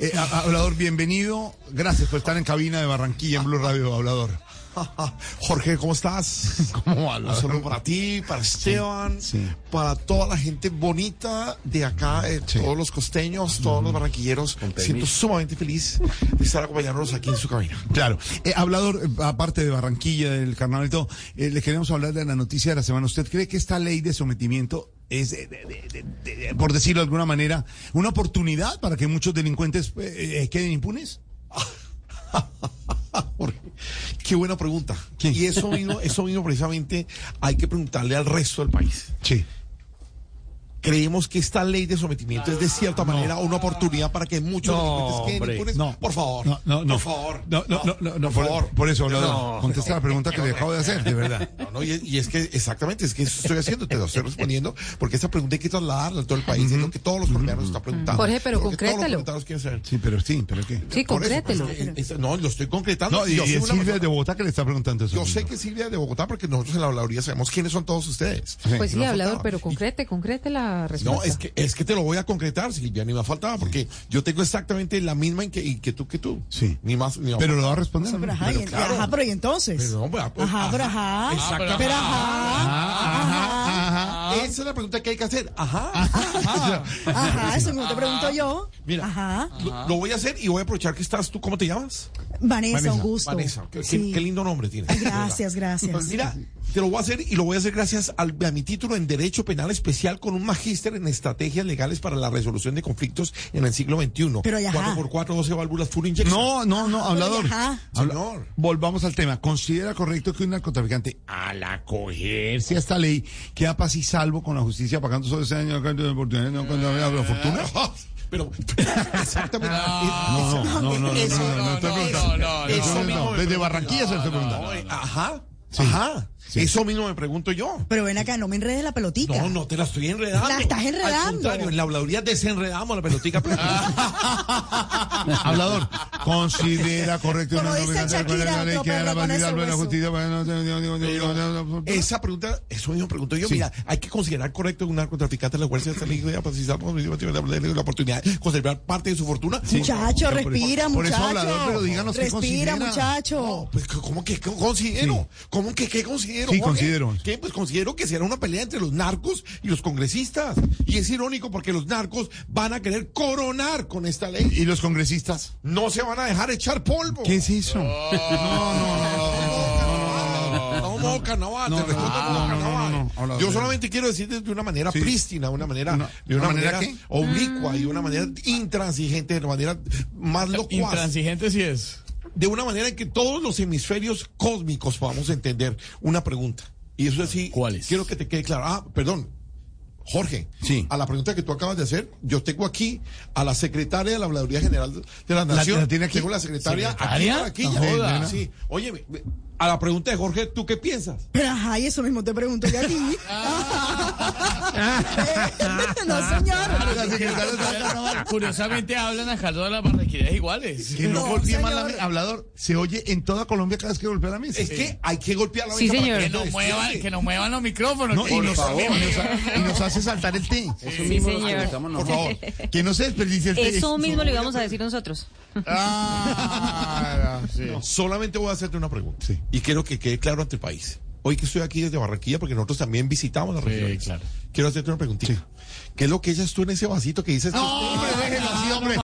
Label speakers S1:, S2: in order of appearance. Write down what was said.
S1: Eh, a- hablador, bienvenido. Gracias por estar en cabina de Barranquilla en Blue Radio, hablador.
S2: Jorge, ¿cómo estás?
S1: ¿Cómo
S2: Un saludo para ti, para Esteban,
S1: sí.
S2: para toda la gente bonita de acá, eh, todos los costeños, todos los barranquilleros. Siento sumamente feliz de estar acompañándonos aquí en su cabina.
S1: Claro. Eh, hablador, eh, aparte de Barranquilla, del carnaval y todo, eh, le queremos hablar de la noticia de la semana. ¿Usted cree que esta ley de sometimiento es, eh, de- de- de- de- por decirlo de alguna manera, una oportunidad para que muchos delincuentes eh, eh, queden impunes?
S2: Jorge, qué buena pregunta.
S1: ¿Quién?
S2: Y eso vino, eso vino precisamente, hay que preguntarle al resto del país.
S1: Sí.
S2: Creemos que esta ley de sometimiento es de cierta manera una oportunidad para que muchos
S3: No,
S2: delincuentes queden
S3: hombre,
S2: impunes.
S1: no.
S2: por favor.
S1: No, no, no.
S2: Por favor.
S1: No, no, no, no, no, por, por eso, hablador, contesta la pregunta que le acabo de hacer, de verdad.
S2: No, no, y, y es que exactamente, es que eso estoy haciendo, te lo estoy respondiendo, porque esa pregunta hay que trasladarla a todo el país, es lo que todos los colombianos están preguntando.
S4: Jorge, pero
S2: Creo que todos los
S4: concrétalo.
S2: colombianos quieren saber.
S1: Sí, pero sí, pero ¿qué?
S4: Sí,
S2: Por eso,
S4: concrételo.
S2: pues, es que, es- Ah, no, lo estoy concretando.
S1: No, y,
S2: yo, soy
S1: y es
S2: una
S1: Silvia de
S2: persona-
S1: Bogotá que le está preguntando eso.
S2: yo sé que Silvia de Bogotá, porque nosotros en la habladuría sabemos quiénes son todos ustedes.
S4: Pues sí,
S2: No
S4: hablador,
S2: faltaba.
S4: pero
S2: Y-
S4: concrete, concrete la respuesta.
S2: No, es que, es que te lo voy a concretar, Silvia, ni me faltaba, porque yo tengo exactamente la misma inque- inquietud que tú.
S1: Sí.
S2: Ni más, ni más.
S1: Pero lo va a responder.
S5: Pero
S1: ¿no?
S5: ajá, y,
S2: claro.
S5: ajá, pero y entonces.
S2: Pero, hombre, ah, pues,
S5: ajá, pero ajá.
S2: Exactamente.
S5: Pero ajá. Ajá,
S2: Esa es la pregunta que hay que hacer. Ajá. ajá.
S5: ajá, eso mismo te pregunto yo.
S2: Mira.
S5: Ajá.
S2: Lo, lo voy a hacer y voy a aprovechar que estás tú. ¿Cómo te llamas?
S5: Vanessa, un gusto.
S2: Vanessa. Qué, qué-
S5: Sí.
S2: qué lindo nombre tienes.
S5: Gracias,
S2: De verdad.
S5: gracias.
S2: Mira, te lo voy a hacer y lo voy a hacer gracias al- a mi título en Derecho Penal Especial con un magíster en Estrategias Legales para la Resolución de Conflictos en el siglo XXI.
S5: Pero ya, ajá.
S2: 4x4, 12 válvulas full injection.
S1: No, no, no, hablador.
S5: Ajá.
S1: Habla-
S2: Señor.
S1: Volvamos al tema. ¿Considera correcto que un narcotraficante, al acogerse a esta ley, queda paz y salvo con la justicia pagando solo ese año de oportunidad, no cuando había la fortuna?
S2: Oh, Pero, exactamente.
S1: No, no, no, no, no, no,
S2: Eso-
S1: no, no, estoy preguntando.
S3: no,
S1: Estoy
S2: eso
S1: preguntando.
S2: mismo me
S1: Desde
S2: pregunto.
S1: Barranquilla se lo estoy preguntando.
S2: eh, Ajá. Ajá. Eso mismo me pregunto yo.
S5: Pero ven acá, no me enredes la pelotita.
S2: No, no te la estoy enredando.
S5: La estás enredando.
S2: Al contrario, en la habladuría desenredamos la pelotica.
S1: Hablador, ¿considera correcto
S5: Como
S1: una
S5: dice Shakira,
S1: ley
S5: otro
S1: que da la
S5: perro
S1: paz
S5: con
S1: y salvo
S5: pues. ese
S1: en la
S5: hueso.
S1: justicia pagando solo ese año de oportunidad?
S2: Esa pregunta, eso mismo pregunto yo.
S1: Sí.
S2: Mira, hay que considerar correcto un narcotraficante la fuerza de pues, esta ley de apacizar por motivo de la la oportunidad de conservar parte de su fortuna.
S5: Muchacho,
S1: Pero por eso-
S5: respira,
S1: por eso,
S5: muchacho.
S1: hablador, pero díganos qué
S5: respira,
S1: considera.
S2: No,
S5: muchacho.
S2: pues c- ¿cómo que qué considero? ¿Cómo que qué considero?
S1: Sí,
S2: Jorge?
S1: considero.
S2: ¿Qué? Pues considero que será una pelea entre los narcos y los congresistas. Y es irónico porque los narcos van a querer coronar con esta ley.
S1: ¿Y los congresistas?
S2: No se van a dejar echar polvo.
S1: ¿Qué es eso? No, no, no.
S2: No, no, carnaval,
S1: No,
S2: te
S1: no,
S2: respondo como
S1: no, no,
S2: carnaval.
S1: no, no, no, habla
S2: Yo
S1: bien.
S2: solamente quiero decirte de una manera
S1: Sí.
S2: prístina, de una manera,
S1: Una-
S2: de una,
S1: ¿una manera
S2: manera,
S1: qué?
S2: oblicua y de una manera intransigente, de una manera más locuaz,
S3: Intransigente sí es.
S2: de una manera en que todos los hemisferios cósmicos podamos entender una pregunta. Y eso es así.
S3: ¿Cuál es?
S2: Quiero que te quede claro. Ah, perdón. Jorge,
S1: Sí.
S2: a la pregunta que tú acabas de hacer, yo tengo aquí a la secretaria de la Habladuría General de la
S1: La-
S2: Nación.
S1: la tiene aquí.
S2: Tengo la secretaria,
S3: ¿Secretaria?
S2: aquí. en
S3: No
S2: Barranquilla.
S3: joda.
S2: Sí. Oye, me- me- a la pregunta de Jorge, ¿tú qué piensas?
S5: Pero ajá, y eso mismo te pregunto yo a ti. Eh, no, señor.
S1: Ah,
S3: Curiosamente hablan a todas las barranquilleras iguales.
S1: Que no,
S5: No,
S1: golpee mal la
S5: señor.
S1: mesa. Hablador, se oye en toda Colombia cada vez que golpea la mesa.
S2: Es que hay que golpear la
S4: Sí,
S2: mesa para
S4: señor.
S2: que
S3: Que
S2: no
S3: no muevan,
S2: despierte.
S3: que no muevan los micrófonos.
S1: No, y,
S3: que-
S1: nos, y nos ha- y nos hace saltar el té.
S4: Sí, señor.
S1: Por favor, que no se desperdicie el té.
S4: Eso mismo le íbamos a decir nosotros.
S1: Ah, sí.
S2: No, Solamente voy a hacerte una pregunta.
S1: Sí.
S2: Y quiero que quede claro ante el país. Hoy que estoy aquí desde Barranquilla, porque nosotros también visitamos la
S3: Sí,
S2: región.
S3: claro.
S2: Quiero hacerte una preguntita. ¿Qué es lo que echas tú en ese vasito que dices?
S1: No, hombre, déjelo así, hombre.